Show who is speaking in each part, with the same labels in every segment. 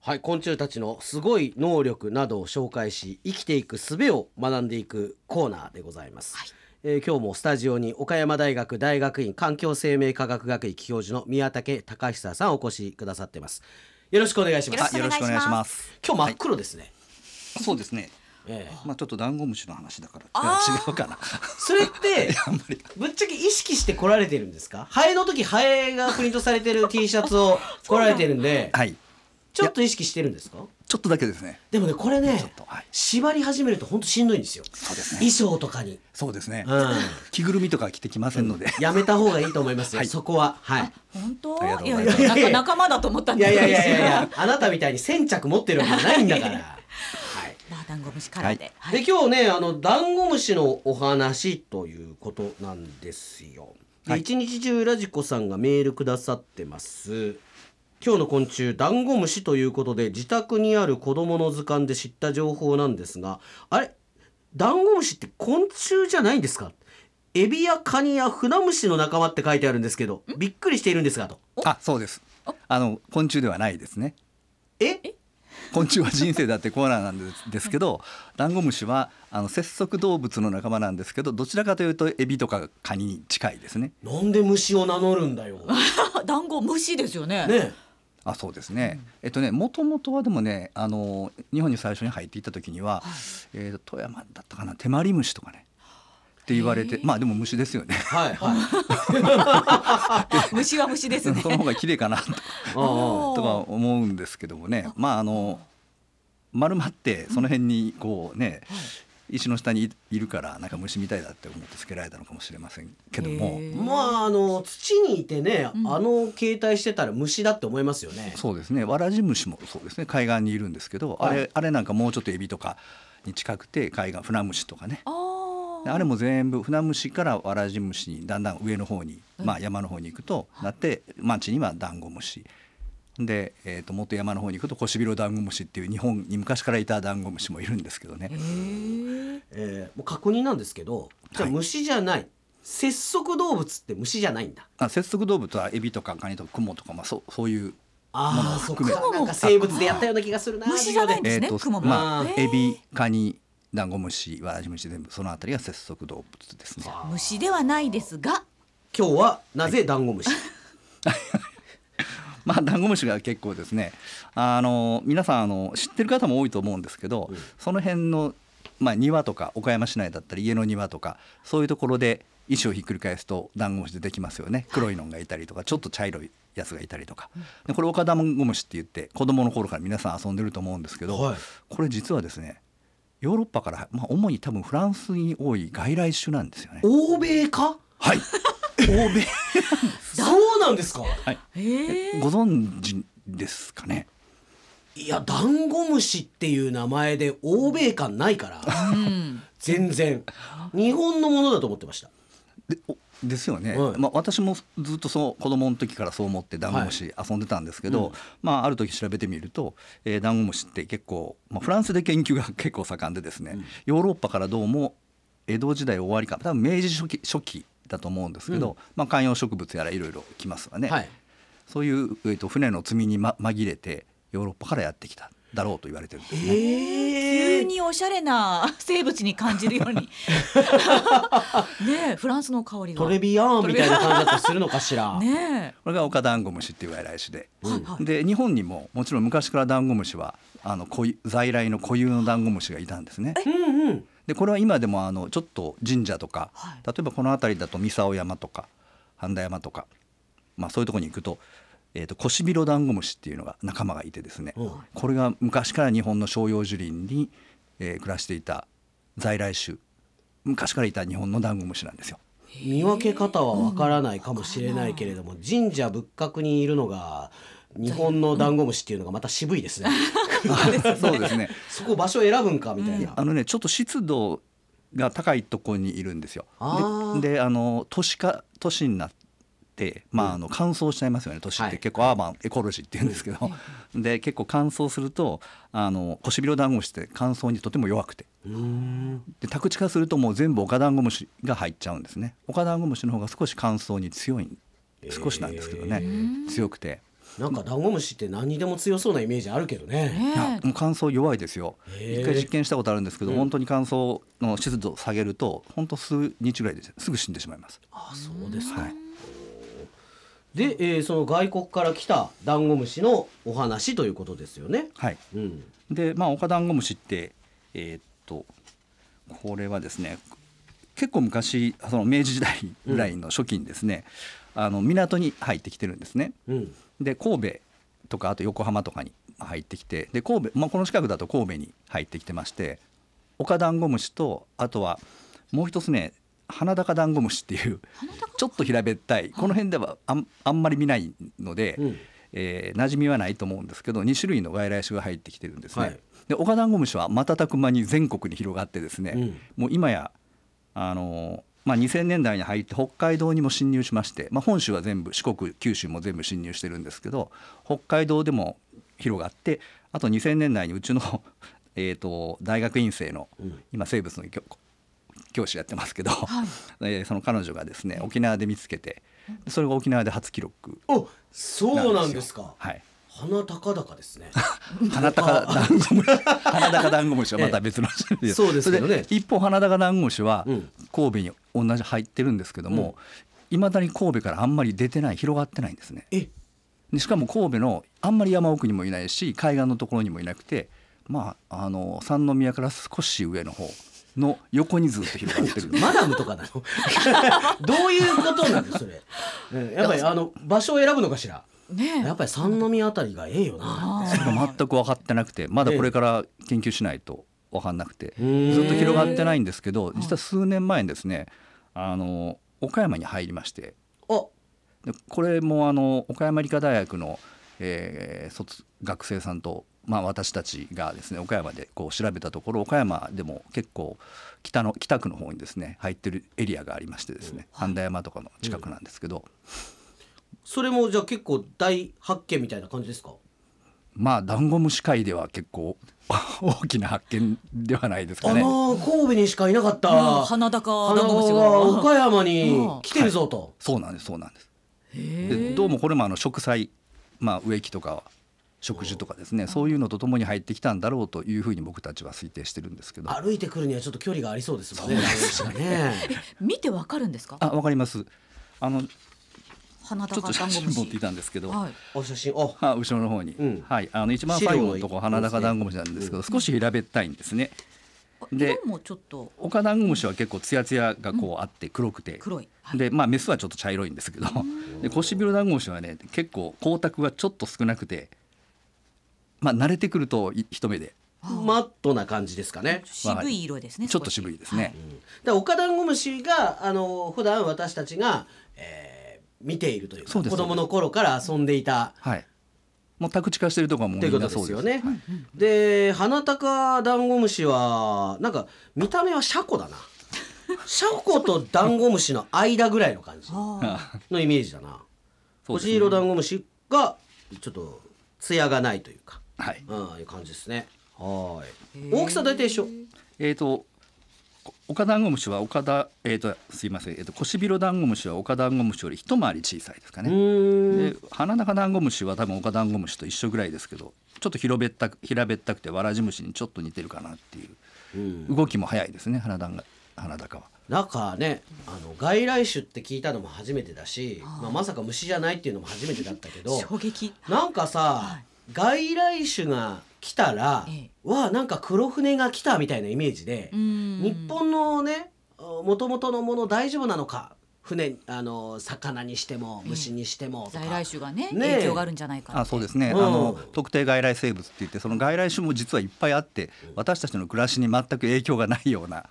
Speaker 1: はい、昆虫たちのすごい能力などを紹介し生きていく術を学んでいくコーナーでございます、
Speaker 2: はい
Speaker 1: えー今日もスタジオに岡山大学大学院環境生命科学学位教授の宮武隆久さんお越しくださってますよろしくお願いします
Speaker 2: よろしくお願いします。
Speaker 1: 今日真っ黒ですね、
Speaker 3: そうですね。
Speaker 1: ええ
Speaker 3: まあちょっとダンゴムシの話だから
Speaker 2: あー
Speaker 3: いや違うかな。
Speaker 1: それって
Speaker 3: あんまり
Speaker 1: ぶっちゃけ意識して来られてるんですかハエの時ハエがプリントされてる T シャツを来られてるん で
Speaker 3: はい。
Speaker 1: ちょっと意識してるんですか
Speaker 3: ちょっとだけですね。
Speaker 1: でもねこれね
Speaker 3: ちょっとはい
Speaker 1: 縛り始めると本当しんどいんですよ
Speaker 3: そうですね。
Speaker 1: 衣装とかに、
Speaker 3: そうですね。
Speaker 1: うん、
Speaker 3: 着ぐるみとか着てきませんので。
Speaker 1: やめた方がいいと思いますよ、
Speaker 3: はい
Speaker 1: そこははい
Speaker 2: 本
Speaker 3: ありが
Speaker 2: 当
Speaker 3: と
Speaker 2: いうや
Speaker 3: ござ
Speaker 2: い
Speaker 3: います
Speaker 2: やなんか仲間だと思ったん
Speaker 1: いや
Speaker 2: で
Speaker 1: い
Speaker 2: す
Speaker 1: やいやいやいやあなたみたいに先着持ってるわけじゃないん だから、はい
Speaker 2: まあダンゴムシからで、は
Speaker 1: で
Speaker 2: い
Speaker 1: 今日ねあのダンゴムシのお話ということなんですよ。で
Speaker 3: はい
Speaker 1: 一、日中ラジコさんがメールくださってます。今日の昆虫ダンゴムシということで自宅にある子供の図鑑で知った情報なんですがあれダンゴムシって昆虫じゃないんですかエビやカニやフナムシの仲間って書いてあるんですけどびっくりしているんですがと
Speaker 3: あ、そうです。あの昆虫ではないですね。
Speaker 1: え
Speaker 3: 昆虫は人生だってコーナーなんですですけど、ダンゴムシはあの節足動物の仲間なんですけど、どちらかというとエビとかカニに近いですね。
Speaker 1: なんで虫を名乗るんだよ、
Speaker 2: ダンゴムシですよね。
Speaker 1: ね、
Speaker 3: あそうですね、えっとねもともとはでもねあの日本に最初に入っていった時には、えーと富山だったかな手まり虫とかねって言われ
Speaker 2: へ
Speaker 3: て
Speaker 2: ー
Speaker 3: まあでも虫ですよね
Speaker 1: はいはい
Speaker 2: 虫は虫です
Speaker 3: そ
Speaker 2: ね。
Speaker 3: の方が綺麗か なと
Speaker 1: ああ
Speaker 3: とか思うんですけどもねまああの丸まってその辺にこうね、石の下にいいるからなんか虫みたいだって思ってつけられたのかもしれませんけども
Speaker 2: へー
Speaker 1: まああの土にいてね、
Speaker 2: うん
Speaker 1: あの携帯してたら虫だって思いますよね。
Speaker 3: そうですねわらじ虫もそうですね海岸にいるんですけど、あ
Speaker 1: は
Speaker 3: れあれなんかもうちょっとエビとかに近くて海岸フナムシとかね
Speaker 2: あ
Speaker 3: で
Speaker 2: あ。
Speaker 3: あれも全部船虫からわらじ虫にだんだん上の方に、まあ、山の方に行くとなって町にはダンゴムシで、えー、ともっと山の方に行くとコシビロダンゴムシっていう日本に昔からいたダンゴムシもいるんですけどね
Speaker 2: へー
Speaker 1: えーもう確認なんですけど、じゃあ
Speaker 3: はい
Speaker 1: 虫じゃない、節足動物って虫じゃないんだ。
Speaker 3: あ節足動物はエビとかカニとかクモとか、まあ、そうそういう、
Speaker 1: ああ、そっ
Speaker 3: 含め
Speaker 1: か。なんか生物でやったような気がするな。
Speaker 2: 虫じゃないん
Speaker 1: で。
Speaker 2: ですね
Speaker 3: と
Speaker 2: クモも
Speaker 3: ま
Speaker 2: へ
Speaker 3: あ、
Speaker 2: ー
Speaker 3: エビカニダンゴムシわらじ虫全部そのあたりが節足動物ですね。
Speaker 1: あー
Speaker 2: 虫ではないですが。
Speaker 1: 今日はなぜダンゴムシ。
Speaker 3: まあ、ダンゴムシが結構ですねあの皆さんあの知ってる方も多いと思うんですけど、その辺の、まあ、庭とか岡山市内だったり家の庭とかそういうところで石をひっくり返すとダンゴムシ出てきますよね黒いのがいたりとかちょっと茶色いやつがいたりとかでこれ岡ダンゴムシって言って子供の頃から皆さん遊んでると思うんですけど、
Speaker 1: はい
Speaker 3: これ実はですねヨーロッパから、まあ、主に多分フランスに多い外来種なんですよね。
Speaker 1: 欧米か。
Speaker 3: はい欧米
Speaker 1: そうなんですか。
Speaker 2: へえ。
Speaker 3: ご存知ですかね
Speaker 1: いや、ダンゴムシっていう名前で欧米感ないから。
Speaker 2: うん。
Speaker 1: 全然。日本のものだと思ってました。
Speaker 3: でおですよね、
Speaker 1: はい
Speaker 3: まあ、私もずっとそう子供の時からそう思ってダンゴムシ遊んでたんですけ
Speaker 1: う
Speaker 3: ど、
Speaker 1: ん
Speaker 3: まあ、ある時調べてみると、えーダンゴムシって結構、まあ、フランスで研究が 結構盛んでですね、ヨーロッパからどうも江戸時代終わりか多分明治初期初期だと思うんですけ
Speaker 1: う
Speaker 3: ど、
Speaker 1: ん
Speaker 3: まあ、観葉植物やらいろいろ来ますわね、
Speaker 1: はい。
Speaker 3: そういう、えー、と船の積みに、ま、紛れてヨーロッパからやってきただろうと言われてるんですね。
Speaker 1: え
Speaker 2: 急
Speaker 1: え。
Speaker 2: におしゃれ な生物に感じるように。ねえフランスの香りが。
Speaker 1: トレビアーンみたいな感じだったりするのかしら。
Speaker 2: ね
Speaker 3: これがオカダンゴムシっていう外来種で、
Speaker 2: はいはい
Speaker 3: で日本にももちろん昔からダンゴムシはあの固有在来の固有のダンゴムシがいたんですね。
Speaker 1: うんうん。
Speaker 3: でこれは今でもあのちょっと神社とか、
Speaker 2: はい
Speaker 3: 例えばこの辺りだと三竿山とか半田山とか、まあ、そういうところに行くと。えー、とコシビロダンゴムシっていうのが仲間がいてですね、
Speaker 1: うん
Speaker 3: これが昔から日本の照葉樹林に、えー暮らしていた在来種昔からいた日本のダンゴムシな んですよ。
Speaker 1: 見分け方はわからないかもしれないけれども、神社仏閣にいるのが日本のダンゴムシっていうのがまた渋いですね。
Speaker 3: そうですね
Speaker 1: そこ場所選ぶんかみたいな。
Speaker 3: あのねちょっと湿度が高いところにいるんですよ
Speaker 1: あー。
Speaker 3: でであの都市化都市になって、まあ、あの乾燥しちゃいますよね都市っ
Speaker 1: はい
Speaker 3: て結構アーバンエコロジーって言うんですけど、 で結構乾燥するとあのコシビロダンゴムシって乾燥にとても弱くて
Speaker 1: うーん
Speaker 3: で宅地化するともう全部オカダンゴムシが入っちゃうんですねオカダンゴムシの方が少し乾燥に強いん
Speaker 1: えー
Speaker 3: 少しなんですけどね、強くて
Speaker 1: なんかダンゴムシって何にでも強そうなイメージあるけどね。
Speaker 3: いや
Speaker 2: ねえ
Speaker 3: もう乾燥弱いですよ
Speaker 1: へえ
Speaker 3: 一回実験したことあるんですけど、本当に乾燥の湿度を下げると本当数日ぐらいですすぐ死んでしまいます
Speaker 1: あそうですか。
Speaker 3: はい
Speaker 1: で、えーその外国から来たダンゴムシのお話ということですよね。
Speaker 3: はい
Speaker 1: うん。
Speaker 3: でまあオカダンゴムシってえーっとこれはですね結構昔その明治時代ぐらいの初期にですね、あの港に入ってきてるんですね
Speaker 1: うん。
Speaker 3: で神戸とかあと横浜とかに入ってきてで神戸、まあ、この近くだと神戸に入ってきてましてオカダンゴムシとあとはもう一つね花高ダンゴムシっていうちょっと平べったいこの辺ではあんあんまり見ないので、
Speaker 1: うん
Speaker 3: えー馴染みはないと思うんですけど2種類の外来種が入ってきてるんですね。
Speaker 1: はい
Speaker 3: でオカダンゴムシは瞬く間に全国に広がってですね、
Speaker 1: うん
Speaker 3: もう今やあのーまあ、2000年代に入って北海道にも侵入しまして、まあ、本州は全部四国九州も全部侵入してるんですけど北海道でも広がってあと2000年代にうちの えーと大学院生の
Speaker 1: うん
Speaker 3: 今生物の教教師やってますけど、
Speaker 2: はい
Speaker 3: えーその彼女がですね沖縄で見つけてでそれが沖縄で初記録
Speaker 1: お、そうなんです
Speaker 3: よ
Speaker 1: か。
Speaker 3: はい
Speaker 1: 鼻高々ですね。
Speaker 3: 花高ダン ゴムシ花高ダンゴムシはまた別の種類
Speaker 1: そうですけどね
Speaker 3: それ一方花高ダンゴムシは
Speaker 1: うん
Speaker 3: 神戸に同じ入ってるんですけどもいま、未だに神戸からあんまり出てない広がってないんですね
Speaker 1: え、
Speaker 3: でしかも神戸のあんまり山奥にもいないし海岸のところにもいなくてまああの三宮から少し上の方の横にずっと広がってる
Speaker 1: マダムとかなの。 どういうことなのそれ。うんやっぱりあの場所を選ぶのかしら。
Speaker 2: ね
Speaker 1: や
Speaker 2: え
Speaker 1: っぱり三宮あたりがええよな。
Speaker 2: あ
Speaker 3: それが
Speaker 2: ー
Speaker 3: 全く分かってなくてまだこれから研究しないと分かんなくて
Speaker 1: ず
Speaker 3: ずっと広がってないんですけど実は数年前にですねあの岡山に入りまして
Speaker 1: あ、
Speaker 3: でこれもあの岡山理科大学の、えー卒学生さんと、まあ、私たちがですね岡山でこう調べたところ岡山でも結構北の北区の方にですね入ってるエリアがありましてですね半田山とかの近くなんですけど、
Speaker 1: それもじゃあ結構大発見みたいな感じですか。
Speaker 3: まあダンゴムシ界では結構 大きな発見ではないです
Speaker 1: あ
Speaker 3: かね。
Speaker 1: のー神戸にしかいなかった。
Speaker 2: うん鼻高
Speaker 1: 花
Speaker 2: ダンゴムシ
Speaker 1: が岡
Speaker 2: が。
Speaker 1: 山に来てるぞと。
Speaker 3: そうなんですそうなんです
Speaker 2: へ
Speaker 3: で
Speaker 2: え
Speaker 3: どうもこれもあの植栽、まあ、植木とか植樹とかですねそういうのとともに入ってきたんだろうというふうに僕たちは推定してるんですけど
Speaker 1: 歩いてくるにはちょっと距離がありそうですもんね。ダンゴムシがね
Speaker 2: 見てわかるんですか？
Speaker 3: あわかりますあのち
Speaker 2: 鼻
Speaker 3: ょっ
Speaker 2: 高ダ
Speaker 3: と写
Speaker 2: ンゴ
Speaker 3: 真
Speaker 2: ム
Speaker 3: 持ってい
Speaker 2: シ。
Speaker 3: たんですけど、
Speaker 2: はい。
Speaker 1: お写真、お、
Speaker 3: あ後ろの方に、
Speaker 1: うん
Speaker 3: はい、あの一番最後の
Speaker 1: 資料
Speaker 3: とこ
Speaker 1: の
Speaker 3: 花
Speaker 1: 一個ですね
Speaker 3: 高ダンゴムシなんですけど少し平べったいんですね。
Speaker 2: あ
Speaker 3: で
Speaker 2: 色もちょっと
Speaker 3: オカダンゴムシは結構ツヤツヤがこうあって黒くて、
Speaker 2: 黒い。はい
Speaker 3: でまあメスはちょっと茶色いんですけど、でコシビロダンゴムシはね結構光沢がちょっと少なくて、まあ慣れてくるとい一目で
Speaker 2: あー
Speaker 1: マットな感じですかね。
Speaker 2: 渋い色ですね。
Speaker 3: ちょっと渋いですね。
Speaker 1: だから岡ダンゴムシがあの普段私たちが、えー見ているというか
Speaker 3: そう
Speaker 1: 子
Speaker 3: です
Speaker 1: 供の頃から遊んでいた
Speaker 3: はい。もう宅地化してるとこはもう
Speaker 1: とい
Speaker 3: み
Speaker 1: うこ
Speaker 3: ん
Speaker 1: と
Speaker 3: な
Speaker 1: で
Speaker 3: そう
Speaker 1: す
Speaker 3: です
Speaker 1: よね。で花高ダンゴムシはなんか見た目はシャコだな。シャコとダンゴムシの間ぐらいの感じ
Speaker 2: はい。あ
Speaker 1: のイメージだな。
Speaker 3: そう
Speaker 1: コ
Speaker 3: です
Speaker 1: ジイロダンゴムシがちょっと艶がないというか、
Speaker 3: はい。
Speaker 1: うん、いう感じですね。はーい。
Speaker 2: ー
Speaker 1: 大きさ大体一緒。
Speaker 3: えっ、と。こ岡ダンゴムシは岡田、えっ、と、すいません、えっ、と、コシビロダンゴムシは岡ダンゴムシより一回り小さいですか
Speaker 1: う
Speaker 3: ね。
Speaker 1: ーん。
Speaker 3: で、花中ダンゴムシは多分岡ダンゴムシと一緒ぐらいですけど。ちょっと広べったく、平べったくて、わらじ虫にちょっと似てるかなっていう。
Speaker 1: うん
Speaker 3: 動きも早いですね、花だんが、花高は。
Speaker 1: なんかねあの外来種って聞いたのも初めてだし、まあ、まさか虫じゃないっていうのも初めてだったけど
Speaker 2: 衝撃。
Speaker 1: なんかさ、外来種が来たら、
Speaker 2: ええ
Speaker 1: はなんか黒船が来たみたいなイメージで、日
Speaker 2: 日
Speaker 1: 本のねもともとのもの大丈夫なのか船あの魚にしても虫にしてもとか、
Speaker 2: 在来種が
Speaker 1: ね
Speaker 2: ね
Speaker 1: え
Speaker 2: 影響があるんじゃないかな
Speaker 3: あそうですね、
Speaker 1: うん
Speaker 3: あの特定外来生物って言ってその外来種も実はいっぱいあって私たちの暮らしに全く影響がないような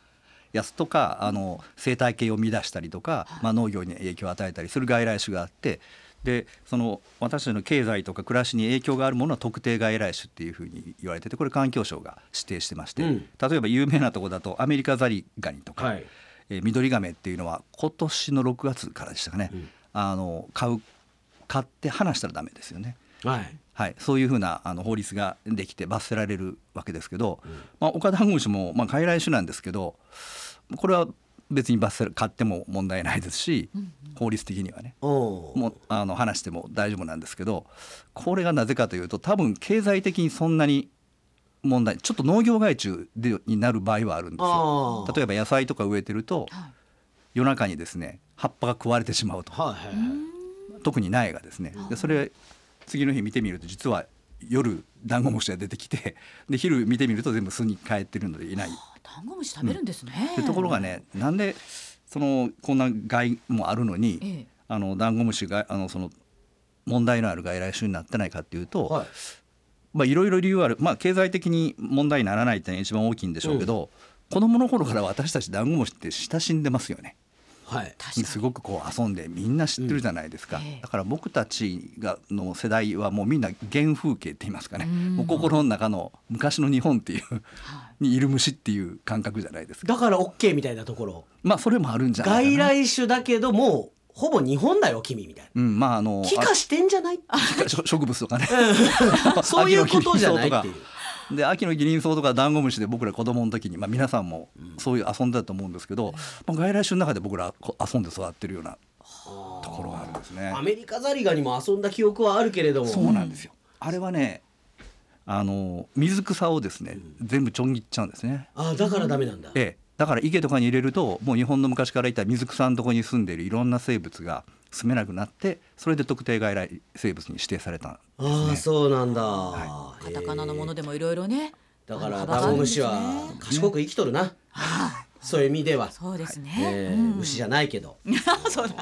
Speaker 3: やつとかあの生態系を乱したりとか、まあ、農業に影響を与えたりする外来種があってでその私たちの経済とか暮らしに影響があるものは特定外来種っていうふうに言われててこれ環境省が指定してまして、
Speaker 1: うん
Speaker 3: 例えば有名なとこだとアメリカザリガニとか、
Speaker 1: はい
Speaker 3: えー、ミドリガメっていうのは今年の6月からでしたかね、
Speaker 1: うん
Speaker 3: あの買う買って離したらダメですよね。
Speaker 1: はい
Speaker 3: はい、そういうふうなあの法律ができて罰せられるわけですけど、まあ、岡田半軍師も、まあ、外来種なんですけどこれは別に罰せ買っても問題ないですし、法律的にはね
Speaker 1: お
Speaker 3: もうあの話しても大丈夫なんですけどこれがなぜかというと多分経済的にそんなに問題ちょっと農業害虫でになる場合はあるんですよ
Speaker 1: あー
Speaker 3: 例えば野菜とか植えてると
Speaker 2: はい
Speaker 3: 夜中にですね葉っぱが食われてしまうと
Speaker 1: はいはいはい
Speaker 3: 特に苗がですねでそれ次の日見てみると実は夜ダンゴムシが出てきて で昼見てみると全部巣に帰ってるのでいない
Speaker 2: あダンゴムシ食べるんですね。
Speaker 3: でところがねなんでそのこんな害もあるのに、
Speaker 2: ええ
Speaker 3: あのダンゴムシがあのその問題のある外来種になってないかっていうと、
Speaker 1: はい
Speaker 3: まあいろいろ理由はある、まあ、経済的に問題にならないっていうのが一番大きいんでしょうけど、子供の頃から私たちダンゴムシって親しんでますよね。
Speaker 1: はい
Speaker 2: 確かに
Speaker 3: すごくこう遊んでみんな知ってるじゃないですか、
Speaker 2: うんええ
Speaker 3: だから僕たちがの世代はもうみんな原風景って言いますかね、
Speaker 2: うん
Speaker 3: もう心の中の昔の日本っていう
Speaker 2: は
Speaker 3: にいる虫っていう感覚じゃないですか
Speaker 1: だから OK みたいなところ
Speaker 3: まあそれもあるんじゃないか
Speaker 1: 外
Speaker 3: な
Speaker 1: 来種だけどもうほぼ日本だよ君みたい
Speaker 3: うんまああの
Speaker 1: な気化してんじゃない
Speaker 3: あ気化しょ植物とかね
Speaker 1: そういうことじゃないっていう
Speaker 3: で秋のギリンソウとかダンゴムシで僕ら子供の時に、まあ、皆さんもそういう遊んでたと思うんですけど、まあ、外来種の中で僕らこ遊んで育ってるようなところがあるんですね
Speaker 1: ア。メリカザリガニも遊んだ記憶はあるけれども
Speaker 3: そうなんですよあれはねあの水草をですね全部ちょん切っちゃうんですね。
Speaker 1: ああだからダメなんだ
Speaker 3: ええ、だから池とかに入れるともう日本の昔からいた水草のとこに住んでいるいろんな生物が住めなくなってそれで特定外来生物に指定されたんですね。
Speaker 1: ああそうなんだ、
Speaker 2: い。カタカナのものでもいろいろね。
Speaker 1: だか
Speaker 2: あ
Speaker 1: ら
Speaker 2: の
Speaker 1: ダンゴ
Speaker 2: 幅があるん
Speaker 1: ム
Speaker 2: です
Speaker 1: シ
Speaker 2: ね
Speaker 1: は賢く生きとるな、そういう意味では、
Speaker 2: そうですね。
Speaker 1: えー
Speaker 2: うん
Speaker 1: 虫じゃないけど、
Speaker 2: そうだ。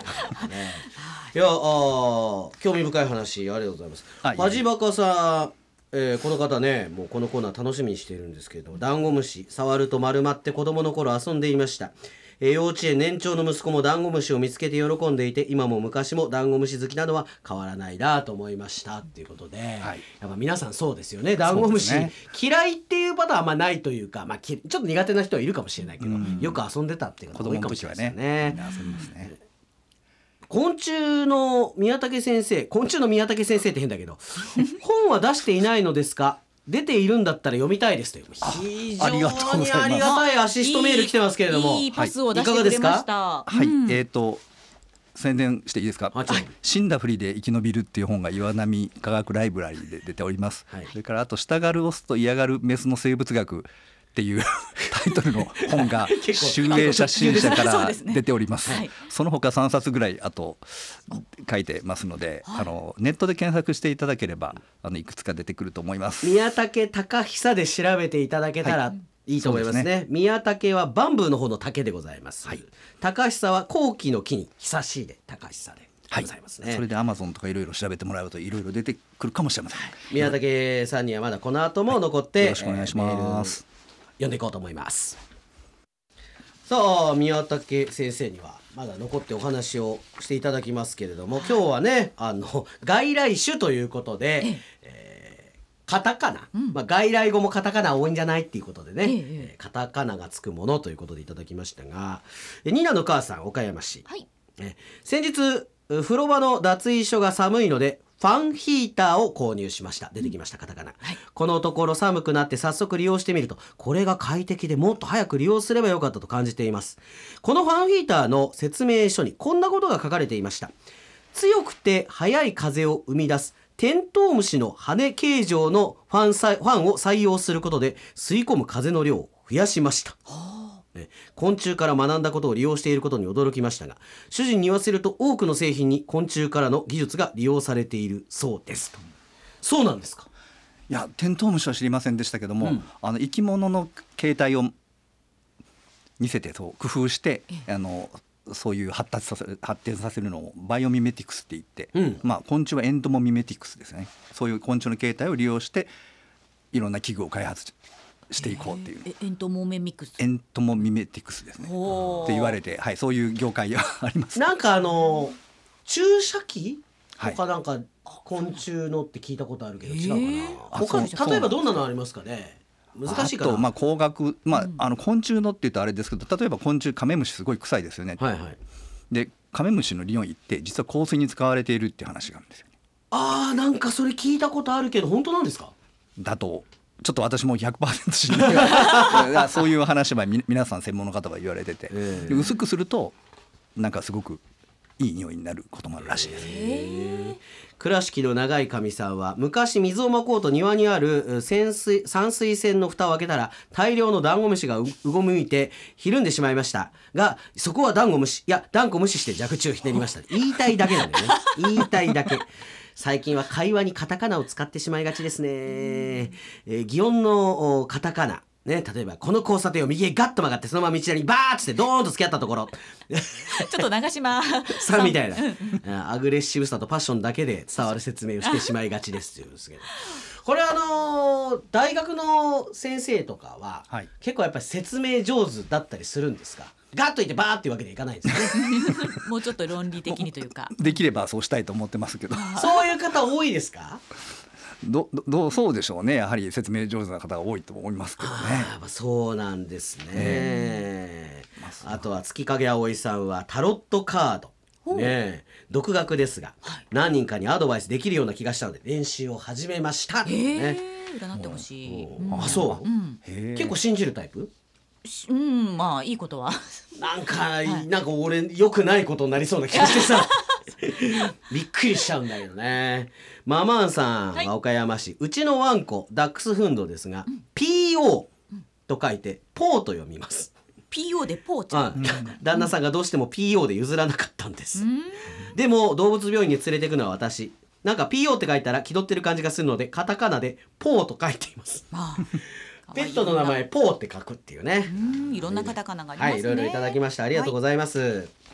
Speaker 1: いやあー興味深い話ありがとうございます
Speaker 3: はい
Speaker 1: マジバカさん、えーこの方ねもうこのコーナー楽しみにしているんですけれどもダンゴムシ触ると丸まって子供の頃遊んでいましたえー幼稚園年長の息子もダンゴムシを見つけて喜んでいて今も昔もダンゴムシ好きなのは変わらないなと思いましたっていうことで、
Speaker 3: はい
Speaker 1: やっぱ皆さんそうですよねダンゴムシ、
Speaker 3: そうで
Speaker 1: 嫌いっていうパターンはあんまないというか、まあ、きちょっと苦手な人はいるかもしれないけどよく遊んでたっていう
Speaker 3: 子
Speaker 1: 方多
Speaker 3: 供
Speaker 1: い
Speaker 3: の
Speaker 1: かも
Speaker 3: 時
Speaker 1: しれな
Speaker 3: はい
Speaker 1: ですよ
Speaker 3: ね
Speaker 1: ね
Speaker 3: みん。な遊びますね。
Speaker 1: 昆虫の宮武先生昆虫の宮武先生って変だけど 本は出していないのですか出ているんだったら読みたいですという非常
Speaker 3: ありがとうございま
Speaker 1: に
Speaker 3: す
Speaker 1: ありがたいアシストメール来てますけれども
Speaker 2: いいいいパスを出してくれました。
Speaker 3: はい、
Speaker 2: うん
Speaker 3: えっ、と宣伝していいですか
Speaker 1: あちょっと
Speaker 3: 「死んだふりで生き延びる」っていう本が岩波科学ライブラリーで出ております、
Speaker 1: はい
Speaker 3: それからあと「従うオスと嫌がるメスの生物学」っていうタイトルの本が
Speaker 1: 結構
Speaker 3: 集英写真社か
Speaker 2: そう
Speaker 3: ら
Speaker 2: ですね
Speaker 3: 出ております
Speaker 2: はい
Speaker 3: その他3冊ぐらいあと書いてますので、あのネットで検索していただければあのいくつか出てくると思います
Speaker 1: 宮武隆久で調べていただけたら、いいと思いますね
Speaker 3: そうで
Speaker 1: 宮武はバンブーの方の竹でございます、高久は後期の木に久しいで高久でございますね、
Speaker 3: それでアマゾンとかいろいろ調べてもらうといろいろ出てくるかもしれません、
Speaker 1: 宮武さんにはまだこの後も残って、
Speaker 3: よろしくお願いします、
Speaker 1: 読んでいこうと思いますさあ宮武先生にはまだ残ってお話をしていただきますけれども今日はねあの外来種ということで、えーカタカナ、まあ、外来語もカタカナ多いんじゃないっていうことでね、
Speaker 2: ええ
Speaker 1: えーカタカナがつくものということでいただきましたがえニナの母さん岡山市、
Speaker 2: はい。
Speaker 1: え先日う風呂場の脱衣所が寒いのでファンヒーターを購入しました出てきましたカタカナ、このところ寒くなって早速利用してみるとこれが快適でもっと早く利用すればよかったと感じていますこのファンヒーターの説明書にこんなことが書かれていました強くて速い風を生み出すテントウムシの羽形状のファンさいファンを採用することで吸い込む風の量を増やしましたね昆虫から学んだことを利用していることに驚きましたが主人に言わせると多くの製品に昆虫からの技術が利用されているそうですとそうなんですか
Speaker 3: いやテントウムシは知りませんでしたけども、あの生き物の形態を見せてそう工夫してあのそういう発達させる発展させるのをバイオミメティクスって言って、
Speaker 1: うん
Speaker 3: まあ、昆虫はエントモミメティクスですねそういう昆虫の形態を利用していろんな器具を開発ししていこうっていう、
Speaker 2: えエントモメミックス。
Speaker 3: エントモミメティクスですね
Speaker 2: ほ
Speaker 3: っ
Speaker 2: う
Speaker 3: て言われて、はい、そういう業界は あります。
Speaker 1: なんかあの注射器
Speaker 3: はい
Speaker 1: とかなんか昆虫のって聞いたことあるけど
Speaker 2: え
Speaker 1: 違う
Speaker 2: ー
Speaker 1: かな他
Speaker 3: あそう
Speaker 1: 例えばどんなのありますかね難しいか
Speaker 3: あ
Speaker 1: な
Speaker 3: とまあ光学、まあ、あの昆虫のって言うとあれですけど例えば昆虫カメムシすごい臭いですよね、
Speaker 1: はいはい
Speaker 3: でカメムシの理論言って実は香水に使われているっていう話があるんですよね
Speaker 1: あーなんかそれ聞いたことあるけど本当なんですか
Speaker 3: だとちょっと私もう100%信頼 がそういう話はみ皆さん専門の方は言われてて、
Speaker 1: ええ
Speaker 3: で薄くするとなんかすごくいい匂いになることもあるらしいです。
Speaker 2: え
Speaker 1: 倉敷の長いかみさんは昔水をまこうと庭にあるう潜水散水栓の蓋を開けたら大量のダンゴムシがううごむいてひるんでしまいましたがそこはダンゴムシいや断固無視して蛇口をひねりました言いたいだけなんだよね言いたいだけ最近は会話にカタカナを使ってしまいがちですね、えー擬音のおカタカナね、例えばこの交差点を右へガッと曲がってそのまま道なりにバーッつってドーンと突き合ったところ
Speaker 2: ちょっと長島
Speaker 1: さんみたいなあアグレッシブさとパッションだけで伝わる説明をしてしまいがちですというんですけどこれあのー大学の先生とかは、
Speaker 3: はい
Speaker 1: 結構やっぱり説明上手だったりするんですかガッと言ってバーっていうわけにはいかないんです ね
Speaker 2: もうちょっと論理的にという か
Speaker 3: できればそうしたいと思ってますけど
Speaker 1: そういう方多いですか
Speaker 3: どどどうそうでしょうねやはり説明上手な方が多いと思いますけどね。
Speaker 1: あーそうなんですね、あとは月影葵さんはタロットカード
Speaker 2: ほう
Speaker 1: ねえ独学ですが、何人かにアドバイスできるような気がしたので練習を始めました、
Speaker 2: えー
Speaker 1: ね
Speaker 2: 占ってほしい、うん
Speaker 1: あそう、
Speaker 3: へえ
Speaker 1: 結構信じるタイプ
Speaker 2: しうん、まあいいこと は
Speaker 1: なんか、なんか俺良くないことになりそうな気がしてさ びっくりしちゃうんだけどねママンさん
Speaker 2: はい
Speaker 1: は岡山市、うちのワンコダックスフンドですが、PO と書いてポーと読みます、
Speaker 2: PO でポーちゃん、
Speaker 1: うん、旦那さんがどうしても PO で譲らなかったんです、でも動物病院に連れてくのは私なんか PO って書いたら気取ってる感じがするのでカタカナでポーと書いています
Speaker 2: まあ
Speaker 1: ペットの名前ポーって書くっていうね、
Speaker 2: うんいろんなカタカナがあります
Speaker 1: はい、
Speaker 2: ね
Speaker 1: いろいろいただきました。ありがとうございます。